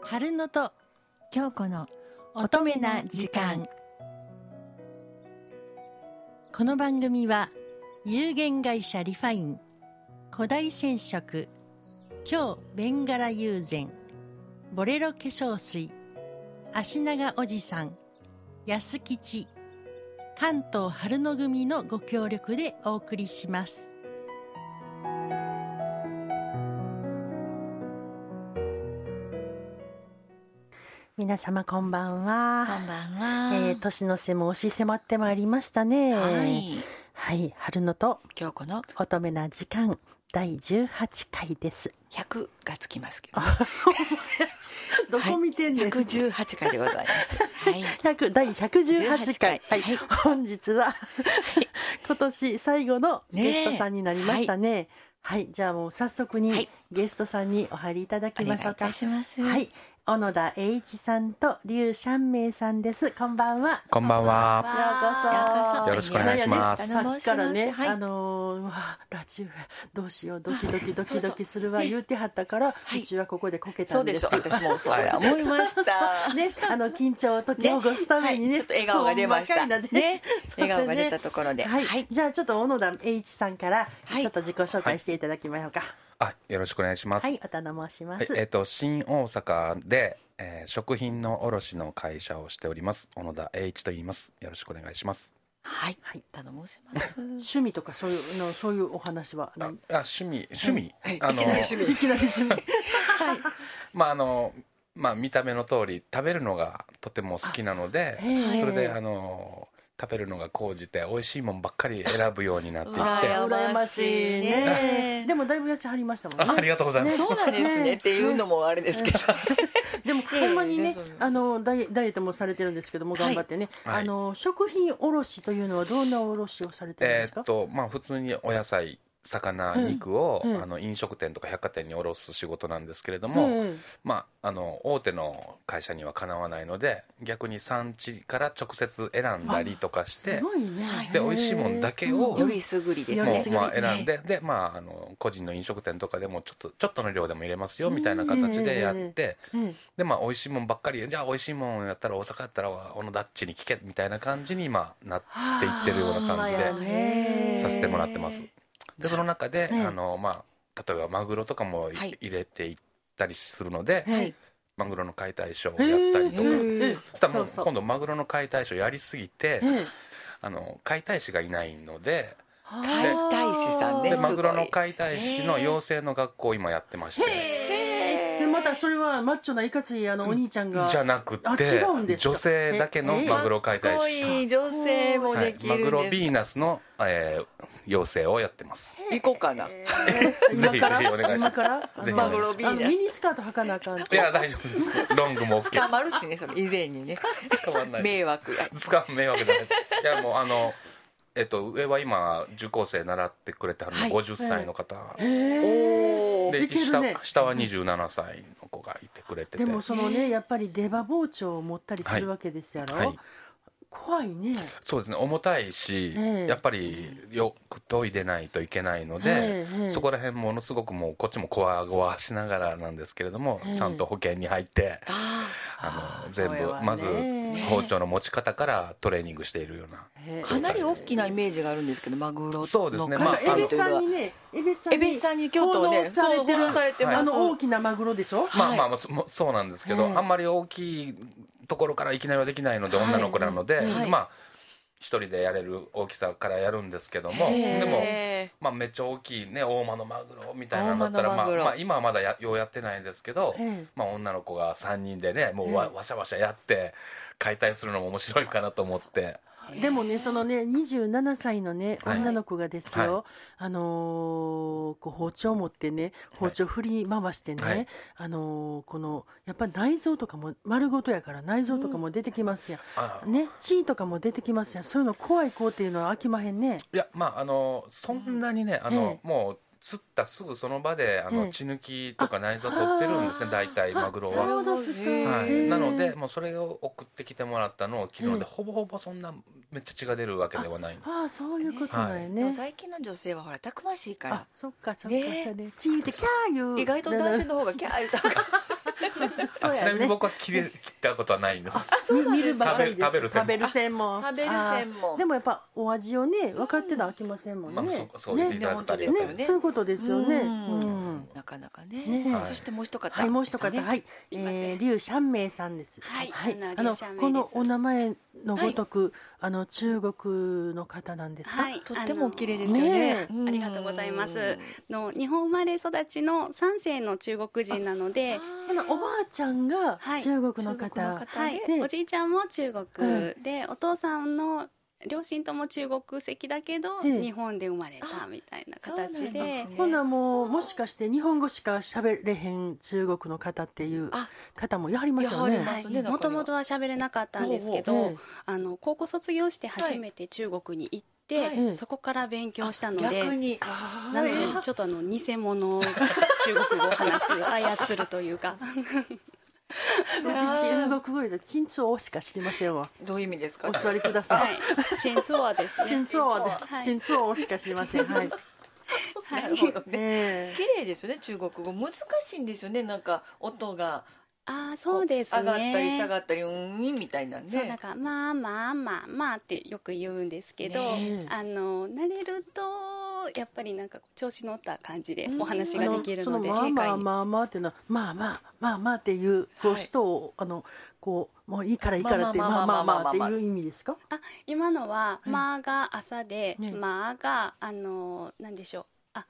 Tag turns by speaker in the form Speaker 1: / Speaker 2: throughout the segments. Speaker 1: 春野と
Speaker 2: 京子の
Speaker 1: 乙女な時間この番組は有限会社リファイン古代染色京ベンガラ友禅ボレロ化粧水足長おじさん安吉関東春の組のご協力でお送りします皆様こんばんは
Speaker 2: こんばんは、
Speaker 1: えー、年の瀬も押し迫ってまいりましたね。
Speaker 2: はい
Speaker 1: はい。春野と
Speaker 2: 京子の
Speaker 1: 乙女な時間、第18回です。
Speaker 2: 100がつきますけど、
Speaker 1: どこ見てんねん。
Speaker 2: 118回でござい ますはい
Speaker 1: 100第118回。
Speaker 2: はい
Speaker 1: はい本日は、今年最後のゲストさんになりましたね。はい、じゃあもう早速
Speaker 2: は
Speaker 1: に
Speaker 2: い
Speaker 1: ゲストさんにお入りいただき
Speaker 2: お
Speaker 1: ま
Speaker 2: 願いい
Speaker 1: しょう
Speaker 2: た
Speaker 1: か。
Speaker 2: します
Speaker 1: はい。小野田栄一さんと劉三明さんです。こんばんは。
Speaker 3: こんばん
Speaker 1: よ
Speaker 3: は。
Speaker 1: うこそ
Speaker 3: よろしくお願いします
Speaker 1: さっきからね、
Speaker 2: はい
Speaker 1: あのーうわラジオやどうしようドキドキドキドキするわ言うてはったから、
Speaker 2: いう
Speaker 1: ちはここでこけた
Speaker 2: そうん
Speaker 1: で
Speaker 2: ですしょ私もそうだ思いまし た
Speaker 1: ね、あの緊張を解きほぐすためにね
Speaker 2: はいちょっと笑顔が出まし
Speaker 1: ほ
Speaker 2: た
Speaker 1: んかいな
Speaker 2: ね
Speaker 1: ね
Speaker 2: 笑顔が出たところで
Speaker 1: はい、
Speaker 2: はい
Speaker 1: じゃあちょっと小野田栄一さんから
Speaker 2: はい
Speaker 1: ちょっと自己紹介していただきましょうか
Speaker 3: あ、よろしくお願いします。
Speaker 1: は、
Speaker 3: はいい、
Speaker 1: お頼申します、
Speaker 3: えっ、と新大阪で、えー食品の卸の会社をしております。小野田栄一と言います。よろしくお願いします。
Speaker 2: はい
Speaker 1: はい
Speaker 2: 頼もします
Speaker 1: 趣味とかそういうのそういうお話は
Speaker 3: あ
Speaker 1: ない、
Speaker 3: あ趣味趣味、
Speaker 2: はい
Speaker 3: あ
Speaker 2: い きなり趣味
Speaker 1: いきなり趣味
Speaker 3: まああのまあ見た目の通り食べるのがとても好きなので
Speaker 1: あへえ、
Speaker 3: それであの食べるのが高じて美味しいもんばっかり選ぶようになっていっ
Speaker 2: うわ
Speaker 3: て。
Speaker 2: ー
Speaker 1: 羨ましいね
Speaker 2: ね
Speaker 1: でもだいぶ痩せはりましたもんね
Speaker 3: あありがとうございます。
Speaker 2: そうなんですねっていうのもあれですけど
Speaker 1: でも
Speaker 2: いやい
Speaker 1: ほ
Speaker 2: や
Speaker 1: んまにね
Speaker 2: 全然そんな
Speaker 1: あのダイエダイエットもされてるんですけども
Speaker 2: はい
Speaker 1: 頑張ってね、
Speaker 3: はい
Speaker 1: あの食品卸というのはどんな卸をされてるんで
Speaker 3: え
Speaker 1: す
Speaker 3: ー
Speaker 1: か
Speaker 3: っ、とまあ普通にお野菜魚
Speaker 1: うん
Speaker 3: 肉を、
Speaker 1: うん
Speaker 3: あの飲食店とか百貨店に卸す仕事なんですけれど
Speaker 1: う
Speaker 3: も、
Speaker 1: んうん
Speaker 3: まあ、あの大手の会社にはかなわないので逆に産地から直接選んだりとかして
Speaker 1: すごいね
Speaker 2: はい
Speaker 3: で美味しいもんだけを
Speaker 2: よりすぐりです
Speaker 1: より
Speaker 3: も
Speaker 2: ね
Speaker 1: す
Speaker 3: う
Speaker 1: ぐり
Speaker 3: まあ選んでで、まあ、あの個人の飲食店とかでもちょっとちょっとの量でも入れますよみたいな形でやって
Speaker 1: うん
Speaker 3: で、まあ、美味しいもんばっかりじゃあ美味しいもんやったら大阪やったら小野ダッチに聞けみたいな感じに今なっていってるような感じ
Speaker 1: はあ
Speaker 3: で
Speaker 1: まあね
Speaker 3: させてもらってます。でその中で、
Speaker 1: うん
Speaker 3: あのまあ、例えばマグロとかもい
Speaker 2: はい
Speaker 3: 入れていったりするので。
Speaker 2: はい
Speaker 3: マグロの解体ショー
Speaker 1: え
Speaker 3: をやったりとか、
Speaker 1: ーえー
Speaker 3: そしたらもう
Speaker 1: そうそう
Speaker 3: 今度マグロの解体ショーやりすぎて、
Speaker 1: えー
Speaker 3: あの解体師がいないので,、
Speaker 1: あー
Speaker 2: 解体師さんね
Speaker 3: です
Speaker 2: ごい
Speaker 3: マグロの解体師の
Speaker 2: へー
Speaker 3: 養成の学校を今やってまして、
Speaker 1: へーでまたそれはマッチョないかついあのお兄ちゃんが、
Speaker 3: じゃなく
Speaker 1: あ
Speaker 3: て
Speaker 1: 違うんですか
Speaker 3: 女性だけの
Speaker 1: えー
Speaker 3: マグロ解体
Speaker 2: かっこ
Speaker 3: 師、
Speaker 2: いい女性も
Speaker 3: は
Speaker 2: で
Speaker 3: い
Speaker 2: きる
Speaker 3: マ
Speaker 2: んで
Speaker 3: グ
Speaker 2: す
Speaker 3: ロヴィーナスの、えー養成をやってます
Speaker 2: 行こうかな
Speaker 1: えー
Speaker 3: ぜひ
Speaker 1: 今から
Speaker 3: ぜひお願いしま
Speaker 1: 今
Speaker 3: す
Speaker 1: からあの
Speaker 3: ぜひお願いします
Speaker 2: マグロビ
Speaker 1: あ
Speaker 2: ー
Speaker 1: の
Speaker 2: ナ
Speaker 1: ミニスカート履かなあかん
Speaker 3: いや大丈夫ですロングも OK
Speaker 2: 捕まるしねその以前にね
Speaker 3: 使わない
Speaker 2: 迷惑や
Speaker 3: 使う迷惑じゃないですいやもうあのえっと上は今受講生習ってくれてはるの、
Speaker 2: はい
Speaker 3: 50歳の方、
Speaker 1: えー
Speaker 2: おー
Speaker 3: で
Speaker 1: いけ
Speaker 3: 下
Speaker 1: るね
Speaker 3: 下は27歳の子がいてくれてて
Speaker 1: でもそのねやっぱり出刃包丁を持ったりするわけですやろ、
Speaker 3: はい、
Speaker 1: 怖いね
Speaker 3: そうですね重たいし、
Speaker 1: ええ
Speaker 3: やっぱりよく研いでないといけないので
Speaker 1: え、えええ
Speaker 3: そこら辺ものすごくもうこっちもこわごわしながらなんですけれども、
Speaker 1: ええ
Speaker 3: ちゃんと保険に入って
Speaker 2: あ
Speaker 3: あ
Speaker 1: あー
Speaker 3: の全
Speaker 1: それ
Speaker 3: 部
Speaker 1: はね
Speaker 3: まず包丁の持ち方からトレーニングしているような。
Speaker 1: え
Speaker 2: ーかなり大きなイメージがあるんですけどマグロの
Speaker 3: そうですね
Speaker 2: 解
Speaker 3: まあ
Speaker 1: エ
Speaker 2: 体
Speaker 3: あの
Speaker 1: ビ
Speaker 2: という
Speaker 1: さ
Speaker 2: の
Speaker 1: ん
Speaker 2: は
Speaker 1: にねエビさん
Speaker 2: エビさんに京都を
Speaker 1: 奉
Speaker 2: ね
Speaker 1: 納されてる
Speaker 2: そう奉納されてます
Speaker 1: あの大きなマグロでしょ、
Speaker 3: ま
Speaker 2: は
Speaker 3: あ
Speaker 2: い
Speaker 3: まあまあそもそうなんですけ
Speaker 1: え
Speaker 3: ど、
Speaker 1: え
Speaker 3: あんまり大きいところからいきなりはできないので、
Speaker 1: はい
Speaker 3: 女の子なので、
Speaker 2: はい
Speaker 3: まあ一人でやれる大きさからやるんですけども、
Speaker 1: へえ
Speaker 3: でも。
Speaker 2: へ
Speaker 3: まあ、めっちゃ大きいね大間のマグロみたいなのだったら、
Speaker 2: 大間の
Speaker 3: まあ、
Speaker 2: マグロ
Speaker 3: まあ今はまだやようやってないんですけど、
Speaker 1: ええ
Speaker 3: まあ、女の子が3人でねもうわ,、
Speaker 1: え
Speaker 3: わしゃわしゃやって解体するのも面白いかなと思って
Speaker 1: でもねそのね27歳のね
Speaker 3: はい
Speaker 1: 女の子がですよ、
Speaker 3: は
Speaker 1: あのーこう包丁持ってね包丁振り回してね、
Speaker 3: はい
Speaker 1: あのーこのやっぱ内臓とかも丸ごとやから内臓とかも出てきますや、
Speaker 3: あ
Speaker 1: ん、ね血とかも出てきますやんそういうの怖い子っていうのは飽きまへんね
Speaker 3: いやまああのそんなにねあの
Speaker 1: え、
Speaker 3: もう釣ったすぐその場であ
Speaker 1: え
Speaker 3: の、
Speaker 1: え
Speaker 3: 血抜きとか内臓取ってるんですね大体マグロ
Speaker 1: あ
Speaker 3: は。
Speaker 1: それを出すと、
Speaker 2: へ
Speaker 3: は
Speaker 2: え
Speaker 3: い、
Speaker 2: ー
Speaker 3: なのでもうそれを送ってきてもらったのを昨日
Speaker 1: ええ
Speaker 3: でほぼほぼそんなめっちゃ血が出るわけではないんです
Speaker 1: ああそういうことだよ
Speaker 2: ーで
Speaker 1: ね、
Speaker 2: も最近の女性はほらたくましいか
Speaker 1: あ
Speaker 2: ら
Speaker 1: そっかそっか、
Speaker 2: ね
Speaker 1: そうねチーってキャー言う
Speaker 2: 意外と男性
Speaker 1: の
Speaker 2: の方がキャー言った方が
Speaker 1: そう
Speaker 3: あち
Speaker 1: や
Speaker 3: なみに
Speaker 1: ね
Speaker 3: 僕は切れ切ったことはないんです
Speaker 2: そうなん
Speaker 1: 見
Speaker 2: で
Speaker 1: る
Speaker 2: す
Speaker 1: ば
Speaker 2: か
Speaker 1: かりです
Speaker 3: 食べる食べ
Speaker 1: 専門
Speaker 2: 食べる専門
Speaker 1: あーでもやっぱお味をね分かってたらあきませんもんね、
Speaker 3: まあそうそう言っていただいたり
Speaker 2: ですよ
Speaker 3: ね
Speaker 2: ね
Speaker 1: そういうことですよね
Speaker 2: うん
Speaker 1: うん
Speaker 2: なかなか
Speaker 1: ね
Speaker 2: ね
Speaker 1: え
Speaker 2: そしてもう一方
Speaker 1: はい、もう一方、
Speaker 2: ですよね
Speaker 1: はい、えー、劉三明さんです。
Speaker 4: はい
Speaker 1: あ
Speaker 4: あ
Speaker 1: の
Speaker 4: の劉三明です
Speaker 1: このお名前のごとく、あの中国の方なんですか。
Speaker 4: はい
Speaker 2: とってもお綺麗ですよ
Speaker 1: ね
Speaker 2: ね
Speaker 1: え
Speaker 2: ん
Speaker 4: ありがとうございますの日本生まれ育ちの3世の中国人なので、
Speaker 1: あのおばあちゃんが
Speaker 4: はい
Speaker 1: 中国の
Speaker 2: 中
Speaker 1: 方。
Speaker 2: 国の方
Speaker 4: はい
Speaker 2: で、
Speaker 1: ね
Speaker 4: おじいちゃんも中国
Speaker 1: は
Speaker 4: で、お父さんの両親とも中国籍だけど、
Speaker 1: ええ
Speaker 4: 日本で生まれたみたいな形
Speaker 2: そうなん
Speaker 4: で
Speaker 2: ですね
Speaker 1: ほなもうもしかして日本語しか喋れへん中国の方っていう
Speaker 2: あ
Speaker 1: 方もやはりますよ
Speaker 2: や
Speaker 1: ね
Speaker 2: はり。ますね中には
Speaker 4: もともとは喋れなかったんです
Speaker 1: お
Speaker 4: け
Speaker 1: うおうえ
Speaker 4: ど
Speaker 1: え
Speaker 4: あの高校卒業して初めて中国に行って、
Speaker 2: はい
Speaker 1: ええ
Speaker 4: そこから勉強したの
Speaker 2: 逆
Speaker 4: で。
Speaker 2: に
Speaker 4: なのでちょっとあの偽物を中国語を話 す操るというか
Speaker 1: うち中国語でチンツオしか知りませんわ。
Speaker 2: どういう意味ですか
Speaker 1: お座りくださ。
Speaker 4: はい いチェンツォアです ね
Speaker 1: チンツオで
Speaker 4: はい
Speaker 1: チンツオしか知りません。はい。
Speaker 4: はい
Speaker 2: なるほどね
Speaker 1: ええ
Speaker 2: 綺麗ですよね中国語難しいんですよねなんか音が
Speaker 4: ああそうですね
Speaker 2: 上がったり下がったりうーんみたいなね
Speaker 4: そうなんか「まあまあまあまあ」ってよく言うんですけど、
Speaker 2: ね
Speaker 1: え
Speaker 4: あの慣れるとやっぱりなんかこう調子乗った感じで
Speaker 2: うん
Speaker 4: お話ができるので、
Speaker 1: あそ
Speaker 2: 軽
Speaker 1: まあまあまあまあ
Speaker 2: 快に
Speaker 1: っていうのはまあまあまあまあっていうこう
Speaker 2: はい
Speaker 1: 人を、あのこうもういいからいいからって
Speaker 2: まあ
Speaker 1: ま
Speaker 2: ま
Speaker 1: あま
Speaker 2: あま
Speaker 1: あまあ
Speaker 2: あまあまあ
Speaker 1: っていう意味ですか
Speaker 4: あ今のは「
Speaker 1: うん
Speaker 4: まあ」が朝で「
Speaker 1: ね
Speaker 4: まあ」があのなんでしょうあ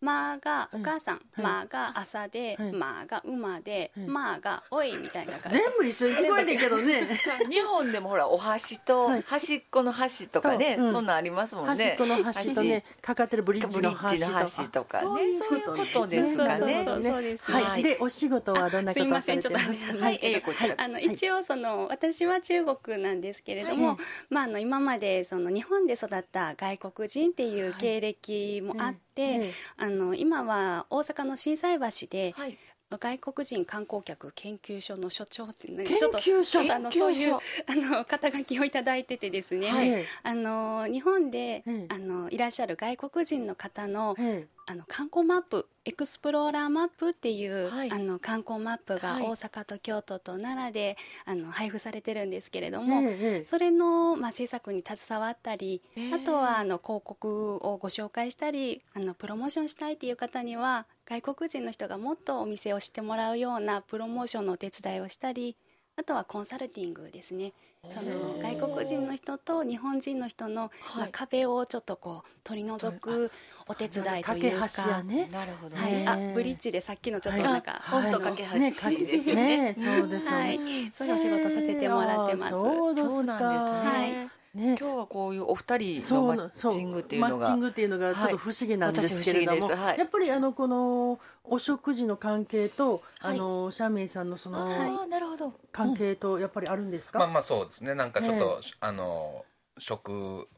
Speaker 4: まあがお母さん、
Speaker 1: うん
Speaker 4: まあが朝で、
Speaker 1: はい
Speaker 4: まあが馬で、
Speaker 1: うん
Speaker 4: まあがおいみたいな感じ
Speaker 1: 全。部一緒に聞こえてるけどね
Speaker 2: さ日本でもほらお箸と
Speaker 1: はい
Speaker 2: 端っこの箸とかね、
Speaker 1: そううん
Speaker 2: そんなんありますもんね
Speaker 1: 端っこの端とねかかってるブリッジ
Speaker 2: ブリ
Speaker 1: の
Speaker 2: ッジ
Speaker 1: 端と
Speaker 2: の端とかね
Speaker 1: あ
Speaker 2: そういうことです
Speaker 4: そう
Speaker 2: かね
Speaker 4: そうそうそうですね
Speaker 1: はい、
Speaker 2: はい
Speaker 1: でお仕事はどんな
Speaker 4: あ
Speaker 1: こ
Speaker 4: す
Speaker 1: と
Speaker 4: み
Speaker 1: を
Speaker 4: ま
Speaker 1: さ
Speaker 4: せ
Speaker 1: れ
Speaker 4: ん
Speaker 1: て
Speaker 4: ちょっと
Speaker 1: ます
Speaker 4: 話なん
Speaker 2: はい
Speaker 4: ですけど、
Speaker 2: ええこちら
Speaker 4: あの一応その私は中国なんですけれども、
Speaker 1: はい
Speaker 4: まああの今までその日本で育った外国人っていう経歴もあっ
Speaker 1: え
Speaker 4: て、
Speaker 1: え
Speaker 4: あの今は大阪の心斎橋で
Speaker 2: はい
Speaker 4: 外国人観光客研究所の所長っていうの
Speaker 1: 研
Speaker 4: ちょっと
Speaker 1: 究所
Speaker 4: ちょっとあの
Speaker 2: 研
Speaker 4: そう
Speaker 2: 究所
Speaker 4: いうあの肩書きをいただいててですね、
Speaker 1: はいえ
Speaker 4: あの日本で、
Speaker 1: うん
Speaker 4: あのいらっしゃる外国人の方の
Speaker 1: え
Speaker 4: あの観光マップエクスプローラーマップっていう、
Speaker 2: はい
Speaker 4: あの観光マップが
Speaker 2: はい
Speaker 4: 大阪と京都と奈良で、あの配布されてるんですけれども、
Speaker 1: えええ
Speaker 4: それの、まあ、制作に携わったり、
Speaker 2: ええ
Speaker 4: あとはあの広告をご紹介したりあのプロモーションしたいっていう方には外国人の人がもっとお店を知ってもらうようなプロモーションのお手伝いをしたりあとはコンサルティングですねその
Speaker 2: おー
Speaker 4: 外国人の人と日本人の人の、ま
Speaker 2: は
Speaker 4: あ
Speaker 2: い、
Speaker 4: 壁をちょっとこう取り除くお手伝いという
Speaker 1: 架
Speaker 4: か
Speaker 1: け橋やね
Speaker 2: なるほど
Speaker 4: は
Speaker 2: ね、
Speaker 4: い、
Speaker 1: ね
Speaker 4: あブリッジでさっきのちょっとなんか、
Speaker 1: はい
Speaker 4: あの
Speaker 2: 本当かけ
Speaker 1: ね
Speaker 2: 橋ですよね
Speaker 1: ねそうですよね、
Speaker 4: はいそういうお仕事させてもらってま
Speaker 1: ええあ
Speaker 4: す。
Speaker 1: ーそうですか
Speaker 2: そうなんですね、
Speaker 1: ね
Speaker 2: 今日はこういうお二人の
Speaker 1: そう
Speaker 2: マ
Speaker 1: な
Speaker 2: ッチングっていうの
Speaker 1: マッチ
Speaker 2: が
Speaker 1: ングっていうのがちょっと不思議なんですけれど
Speaker 2: はい私
Speaker 1: も、
Speaker 2: 不思議ですはい
Speaker 1: やっぱりあのこのお食事の関係と、
Speaker 2: はい
Speaker 1: あのシャミーさんのそ
Speaker 2: あ
Speaker 1: の
Speaker 2: ーなるほど
Speaker 1: 関係とやっぱりあるんです
Speaker 3: まあ
Speaker 1: か、
Speaker 3: まあそうですねなんかちょっと、あの食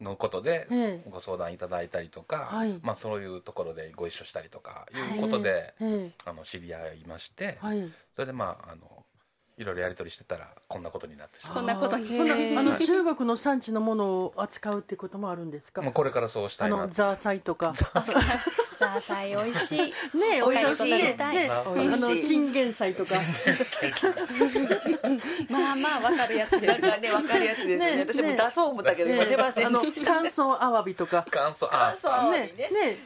Speaker 3: のことで
Speaker 1: ええ
Speaker 3: ご相談いただいたりとか、
Speaker 1: はい
Speaker 3: まあ、そういうところでご一緒したりとかいうことで、
Speaker 1: え
Speaker 3: あの知り合いまし
Speaker 1: え
Speaker 3: て、
Speaker 1: はい
Speaker 3: それでまああのいろいろやり取りしてたらこんなことになってしま
Speaker 4: こんなことに
Speaker 2: あーへー
Speaker 1: あの中国の産地のものを扱うってこともあるんです
Speaker 3: う
Speaker 1: か、
Speaker 3: もうこれからそうした
Speaker 1: あ
Speaker 3: いな
Speaker 1: の
Speaker 3: って
Speaker 1: ザーサイとか
Speaker 4: ザーサイ美味しい。
Speaker 1: ね
Speaker 2: 美味しい
Speaker 1: おね
Speaker 4: はい
Speaker 1: ねあ
Speaker 2: 美味しい
Speaker 1: のチンゲンサイとか
Speaker 4: まあまあわかるやつで
Speaker 2: なん。
Speaker 4: す
Speaker 2: かね分かるやつですよね
Speaker 1: ね
Speaker 2: 私も出そう思ったけど、今
Speaker 1: ね
Speaker 2: 出ませ
Speaker 1: あ
Speaker 2: ん
Speaker 1: の
Speaker 2: でした
Speaker 1: 乾燥アワビとか
Speaker 3: 感想あ
Speaker 2: 乾燥アワビ
Speaker 1: ねね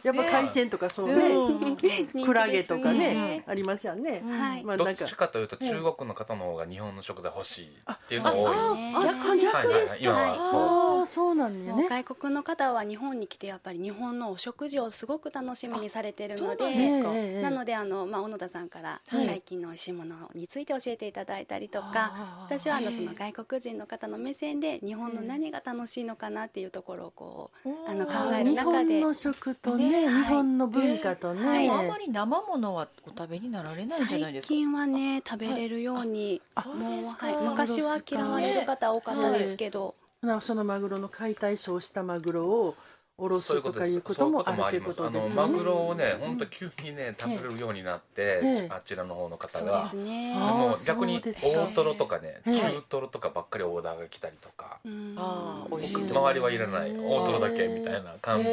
Speaker 1: やっぱ海鮮とかそうね
Speaker 2: うん
Speaker 1: クラゲとか
Speaker 4: 人気です
Speaker 1: ね、ありますよね。
Speaker 4: はい。
Speaker 1: まあ
Speaker 3: ど
Speaker 1: な
Speaker 3: っ
Speaker 1: んか
Speaker 3: ちかというと中国の方の方が日本の食材欲しいっていうの
Speaker 4: あ
Speaker 3: が多い、
Speaker 4: そう
Speaker 3: は
Speaker 4: ね
Speaker 1: 逆
Speaker 3: いはいはい、今
Speaker 4: はい
Speaker 3: はそう
Speaker 1: ああそうなんだよ
Speaker 4: もう
Speaker 1: ね。
Speaker 4: 外国の方は日本に来てやっぱり日本のお食事をすごく楽しみにされてるので
Speaker 2: あそうなん
Speaker 1: ですかええええ
Speaker 4: なのであの、まあ、小野田さんから
Speaker 1: はい
Speaker 4: 最近の美味しいものについて教えていただいたりと
Speaker 1: あ
Speaker 4: か
Speaker 1: ー
Speaker 4: 私はあの
Speaker 2: ええ
Speaker 4: その外国人の方の目線で日本の何が楽しいのかなっていうところをこう
Speaker 2: うん
Speaker 4: あの考
Speaker 1: あ
Speaker 4: え
Speaker 1: ー
Speaker 4: る
Speaker 1: 日
Speaker 4: 中
Speaker 1: 本
Speaker 4: で
Speaker 1: の食とね
Speaker 4: ねはい
Speaker 1: 日本の文化とね、
Speaker 4: は
Speaker 2: で
Speaker 4: い
Speaker 2: もあんまり生ものはお食べになられないんじゃない
Speaker 4: 最
Speaker 2: ですか
Speaker 4: 近はね食べれるように
Speaker 2: そう
Speaker 4: もう
Speaker 2: ですか
Speaker 4: はい昔は嫌われる方多かったですけど。
Speaker 1: なそのマグロの解体ショーしたマグロをおろ
Speaker 3: そう
Speaker 1: す
Speaker 3: いうことと
Speaker 1: か
Speaker 3: です
Speaker 1: いうこともあるという
Speaker 3: ま
Speaker 1: こ
Speaker 3: す
Speaker 1: とです
Speaker 3: あ
Speaker 1: よ
Speaker 3: のマ
Speaker 1: ね
Speaker 3: グ。ロをね本当急にね食べれるようになって、
Speaker 1: ええ
Speaker 3: あちらの方の方
Speaker 4: そう
Speaker 3: が、
Speaker 4: ですね。
Speaker 1: あ
Speaker 3: も
Speaker 1: ー
Speaker 3: う逆に
Speaker 1: そうですか
Speaker 3: 大トロとかね
Speaker 1: ええ
Speaker 3: 中トロとかばっかりオーダーが来たりとか、
Speaker 4: うん
Speaker 2: あー美味しいとこ
Speaker 3: 周りはいらない
Speaker 1: うん
Speaker 3: 大トロだけみたいな感じで、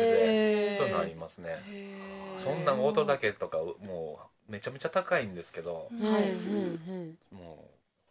Speaker 1: へー
Speaker 3: そういうのありますね、
Speaker 2: へー
Speaker 3: そんな大トロだけとかもうめちゃめちゃ高いんですけど、
Speaker 4: うん
Speaker 5: はい
Speaker 4: うん
Speaker 5: うん
Speaker 3: も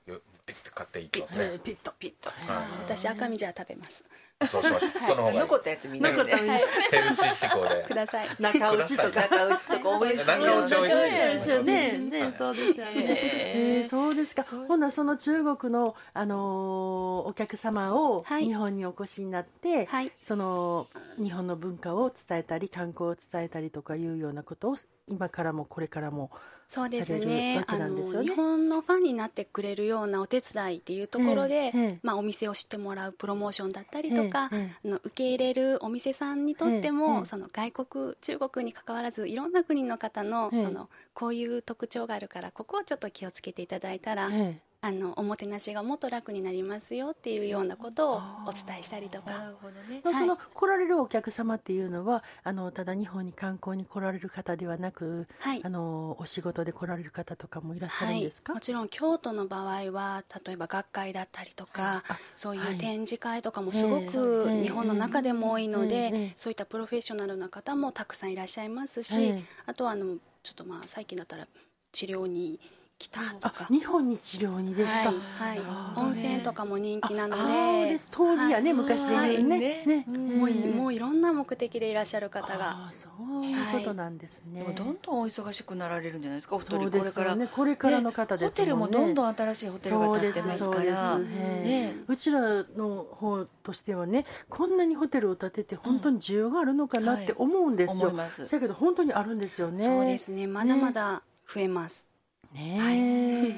Speaker 3: うよピッて買っていき
Speaker 5: ピ
Speaker 3: ます
Speaker 5: ッ
Speaker 3: ね
Speaker 5: ピッとピッと
Speaker 3: はい
Speaker 4: 私赤身じゃ食べます
Speaker 3: そうしましょうその方がいい
Speaker 2: 残ったやつみんなで、ね、
Speaker 3: ヘルシー思考で
Speaker 4: ください
Speaker 5: 中落ちとか
Speaker 2: 中打ちとか美味しい
Speaker 3: 中
Speaker 2: よ
Speaker 3: 落
Speaker 2: ね
Speaker 3: ち美味しい
Speaker 1: そうですよね。ね、そうですよね。えー、そうですか。ほんならその中国のあのーお客様を
Speaker 4: はい
Speaker 1: 日本にお越しになって、
Speaker 4: はい
Speaker 1: その日本の文化を伝えたり観光を伝えたりとかいうようなことを今からもこれからも。
Speaker 4: そうです
Speaker 1: される
Speaker 4: ね
Speaker 1: わけなんですよ
Speaker 4: あの
Speaker 1: ね
Speaker 4: 日本のファンになってくれるようなお手伝いっていうところで、
Speaker 1: ええええ
Speaker 4: まあ、お店を知ってもらうプロモーションだったりとか、
Speaker 1: ええ
Speaker 4: あの受け入れるお店さんにとっても、
Speaker 1: ええ
Speaker 4: その外国中国に関わらずいろんな国の方の,、
Speaker 1: ええ
Speaker 4: そのこういう特徴があるからここをちょっと気をつけていただいたら、
Speaker 1: ええ
Speaker 4: あのおもてなしがもっと楽になりますよっていうようなことをお伝えしたりと
Speaker 2: な
Speaker 4: か
Speaker 2: るほどね
Speaker 1: まあ
Speaker 4: はい
Speaker 1: その来られるお客様っていうのはあのただ日本に観光に来られる方ではなく、
Speaker 4: はい
Speaker 1: あのお仕事で来られる方とかもいらっしゃ
Speaker 4: は
Speaker 1: るん
Speaker 4: い
Speaker 1: ですか、
Speaker 4: もちろん京都の場合は例えば学会だったりとか、
Speaker 1: あ
Speaker 4: そうい
Speaker 1: は
Speaker 4: う
Speaker 1: い
Speaker 4: 展示会とかもすご
Speaker 1: ええそうで
Speaker 4: く
Speaker 1: すね
Speaker 4: 日本の中でも多いので、
Speaker 1: うんうん
Speaker 4: そういったプロフェッショナルな方もたくさんいらっしゃいますし、
Speaker 1: ええ
Speaker 4: あとはあのちょっとまあ最近だったら治療に来たと
Speaker 1: あ
Speaker 4: か。
Speaker 1: 日本に治療にですか、
Speaker 4: はい、
Speaker 1: なるほ
Speaker 4: はい、
Speaker 1: どね
Speaker 4: 温泉とかも人気なので
Speaker 1: あそうです当時やね、
Speaker 2: はい
Speaker 1: 昔で言うね,、
Speaker 2: はい
Speaker 1: ね
Speaker 4: もうい
Speaker 1: ん
Speaker 4: もういろんな目的でいらっしゃる方が
Speaker 1: ああそういうことなんですね、
Speaker 2: でもどんどんお忙しくなられるんじゃないですかお二
Speaker 1: そ
Speaker 2: 人
Speaker 1: う
Speaker 2: こ
Speaker 1: で
Speaker 2: れ
Speaker 1: す
Speaker 2: から、
Speaker 1: よねこれからの方です
Speaker 2: ホテルもどん
Speaker 1: ん
Speaker 2: どん新しいホテルが建ってますか
Speaker 1: そう
Speaker 2: ら
Speaker 1: ですそうです
Speaker 2: ね
Speaker 1: うちらの方としてはねこんなにホテルを建てて本当に需要があるのかなって思うんです
Speaker 2: 思
Speaker 1: よ、
Speaker 2: います
Speaker 1: だけど本当にあるんですよね
Speaker 4: そうですねまだまだ増えます、
Speaker 1: ね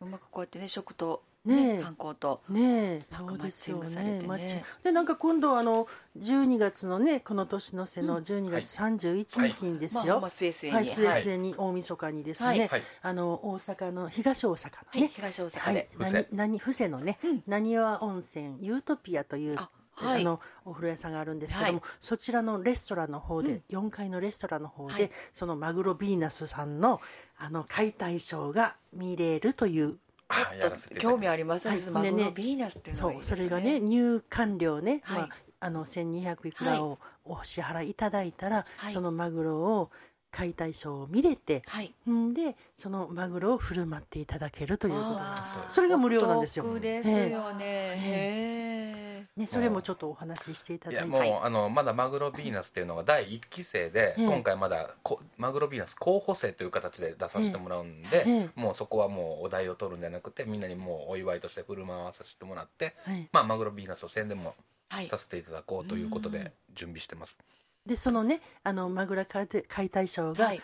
Speaker 2: うまくこうやってね食と、
Speaker 1: えね
Speaker 2: 観光と
Speaker 1: えねえ
Speaker 2: なん
Speaker 1: そ
Speaker 2: か
Speaker 1: う
Speaker 2: マ
Speaker 1: で
Speaker 2: ッ
Speaker 1: す
Speaker 2: チ
Speaker 1: よ
Speaker 2: ングされて
Speaker 1: ね
Speaker 2: ね
Speaker 1: マッチングでなんか今度あの12月のねこの年の瀬の12
Speaker 3: はい
Speaker 1: 月31日にです
Speaker 2: まあ
Speaker 1: よ、
Speaker 2: まあ末末に、
Speaker 1: はい、末
Speaker 2: はい
Speaker 1: 々に大晦日にですね、
Speaker 2: はい
Speaker 3: はい
Speaker 1: あの大阪の東大阪の
Speaker 2: はい
Speaker 1: ね、
Speaker 2: 東大
Speaker 1: は
Speaker 2: 阪
Speaker 1: い、
Speaker 2: で、
Speaker 3: 伏
Speaker 1: 何
Speaker 3: せ
Speaker 1: 何伏せのね、
Speaker 2: うん
Speaker 1: なにわ温泉ユートピアという
Speaker 2: あ
Speaker 1: あ,、
Speaker 2: はい
Speaker 1: のお風呂屋さんがあるんですけども、
Speaker 2: はい
Speaker 1: そちらのレストランの方で、4階のレストランの方で、
Speaker 2: はい
Speaker 1: そのマグロヴィーナスさんのあの解体ショーが見れるという
Speaker 3: あ
Speaker 2: ちょ
Speaker 3: や
Speaker 2: っ
Speaker 3: らせて
Speaker 2: と
Speaker 3: いただきます
Speaker 2: 興味あります、
Speaker 1: はい
Speaker 2: マグロ
Speaker 1: で
Speaker 2: ヴ
Speaker 1: ね
Speaker 2: ィーナスっていうの
Speaker 1: そ
Speaker 2: が
Speaker 1: う
Speaker 2: いいです
Speaker 1: それがね入館料ね、
Speaker 2: はい
Speaker 1: まあ、あの1200いくらをお支払いいただいたら、
Speaker 2: はい
Speaker 1: そのマグロを解体ショーを見れて、
Speaker 2: はい
Speaker 1: んでそのマグロを振る舞っていただけるということなんです
Speaker 2: あー
Speaker 3: そうです
Speaker 1: それが無料なんですよ
Speaker 2: お得ですよね、へえ
Speaker 1: ね、それもちょっとお話ししていた
Speaker 3: い
Speaker 1: だ
Speaker 3: や
Speaker 1: い
Speaker 3: もう、
Speaker 1: て。
Speaker 3: あのまだマグロヴィーナスっていうのが第1期生で、
Speaker 1: ええ
Speaker 3: 今回まだこマグロヴィーナス候補生という形で出させてもらうんで、
Speaker 1: ええ
Speaker 3: もうそこはもうお題を取るんじゃなくてみんなにもうお祝いとして振る舞わさせてもらって、
Speaker 1: はい
Speaker 3: まあ、マグロヴィーナスを宣伝も
Speaker 2: はい
Speaker 3: させていただこうということで準備してます、
Speaker 1: でそのねあのマグラ解体解体ショーが
Speaker 2: はい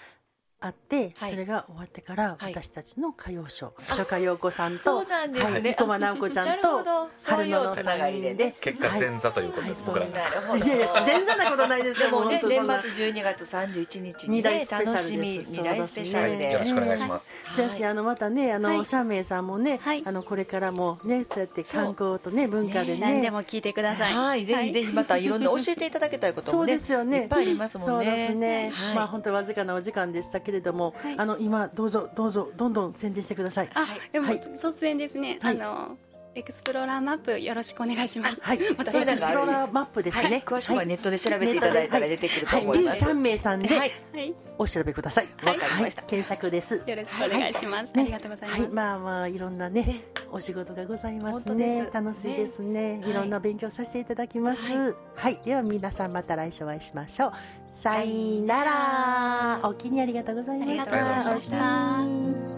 Speaker 1: あって、
Speaker 2: はい
Speaker 1: それが終わってから、
Speaker 2: はい
Speaker 1: 私たちの歌謡ショー初夏陽子さん
Speaker 2: そ
Speaker 1: と
Speaker 2: うなんです
Speaker 1: 生
Speaker 2: ね、
Speaker 1: 駒直子ちゃん
Speaker 2: なるほ
Speaker 1: と
Speaker 2: どそう
Speaker 1: 春
Speaker 2: い
Speaker 1: 野
Speaker 2: う
Speaker 1: の
Speaker 2: つなが
Speaker 1: 3
Speaker 2: り
Speaker 1: 人
Speaker 2: で
Speaker 1: で
Speaker 2: ね
Speaker 3: 結果前座ということで
Speaker 1: はい
Speaker 3: す、
Speaker 1: そう
Speaker 3: 僕ら
Speaker 1: なん
Speaker 2: なるほど
Speaker 1: いやいや全然なことないです
Speaker 2: で
Speaker 1: よ
Speaker 2: もね
Speaker 1: 本当
Speaker 2: 年
Speaker 1: そんな
Speaker 2: 末12月31日に
Speaker 1: 二大
Speaker 2: ね
Speaker 1: スペシャルです
Speaker 2: 楽しみ二大スペシャル
Speaker 1: そう
Speaker 2: で
Speaker 3: よろしくお願いします、
Speaker 1: そやしあのまたねあの、
Speaker 4: はい
Speaker 1: シャーメイさんもね、
Speaker 4: はい
Speaker 1: あのこれからもねそうやって
Speaker 2: そ
Speaker 1: 観
Speaker 2: う
Speaker 1: 光とね文化でね
Speaker 4: 何でも聞いてください、
Speaker 2: はい、ぜひぜひまたいろんな教えていただきたいこと
Speaker 1: そ
Speaker 2: も
Speaker 1: う
Speaker 2: ね、
Speaker 1: ですよね
Speaker 2: いっぱいありますもんね。
Speaker 1: そうですね、
Speaker 2: はい
Speaker 1: まあ本当わずかなお時間でしたけれども、
Speaker 4: はい
Speaker 1: あの今どうぞどうぞどんどん宣伝してください
Speaker 4: あでも、
Speaker 1: はい
Speaker 4: 突然ですね、
Speaker 1: はい
Speaker 4: あのエクスプローラーマップよろしくお願いします、
Speaker 1: はい、ま
Speaker 2: た
Speaker 1: たエクスプロー
Speaker 2: そういうのがあ
Speaker 1: ラーマップです
Speaker 2: は
Speaker 1: ね
Speaker 2: い。詳しくはネットで調べていただいたら出てくると
Speaker 1: はい、
Speaker 2: 思います。
Speaker 1: 3名さんで
Speaker 2: はい
Speaker 4: はい、
Speaker 1: お調べください。
Speaker 2: はいわかりました
Speaker 1: はい検索です。
Speaker 4: よろしくお願いします、
Speaker 1: ね
Speaker 4: ありがとうございま
Speaker 1: は
Speaker 4: す、
Speaker 1: い、まあまあいろんなね、お仕事がございま
Speaker 2: 本
Speaker 1: す
Speaker 2: 当で
Speaker 1: ね
Speaker 2: す。
Speaker 1: 楽しいですね。
Speaker 2: ね
Speaker 1: いろんな勉強させていただきます
Speaker 2: は。
Speaker 1: はい、では皆さんまた来週お会いしましょう。さいなら。お気にありがとうございま
Speaker 4: あり
Speaker 1: し
Speaker 4: がと
Speaker 1: た。
Speaker 4: うございました
Speaker 1: おやすみ